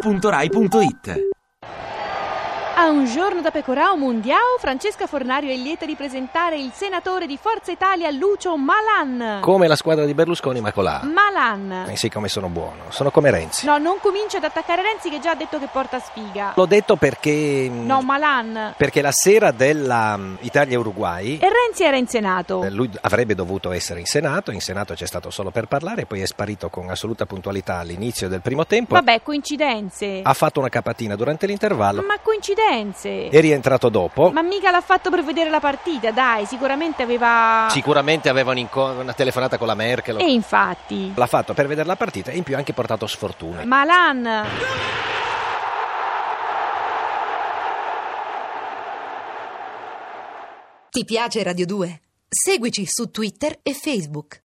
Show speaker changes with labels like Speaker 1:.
Speaker 1: radio2pod.rai.it
Speaker 2: A un giorno da Pecorao Mundiao, Francesca Fornario è lieta di presentare il senatore di Forza Italia Lucio Malan.
Speaker 3: Ah. Come la squadra di Berlusconi, ma con la A.
Speaker 2: Malan.
Speaker 3: Eh sì, come sono buono. Sono come Renzi.
Speaker 2: No, non comincia ad attaccare Renzi che già ha detto che porta sfiga.
Speaker 3: L'ho detto perché. mh,
Speaker 2: No, Malan.
Speaker 3: Perché la sera della mh, Italia-Uruguay.
Speaker 2: E Renzi era in Senato.
Speaker 3: eh, Lui avrebbe dovuto essere in Senato, in Senato c'è stato solo per parlare, poi è sparito con assoluta puntualità all'inizio del primo tempo,
Speaker 2: Vabbè, coincidenze.
Speaker 3: ha fatto una capatina durante l'intervallo,
Speaker 2: Ma coincidenze.
Speaker 3: è rientrato dopo.
Speaker 2: Ma mica l'ha fatto per vedere la partita, dai, sicuramente aveva...
Speaker 3: Sicuramente aveva un inco- una telefonata con la Merkel,
Speaker 2: E infatti.
Speaker 3: l'ha fatto per vedere la partita e in più ha anche portato sfortuna.
Speaker 2: Malan.
Speaker 4: Ti piace Radio 2? Seguici su Twitter e Facebook.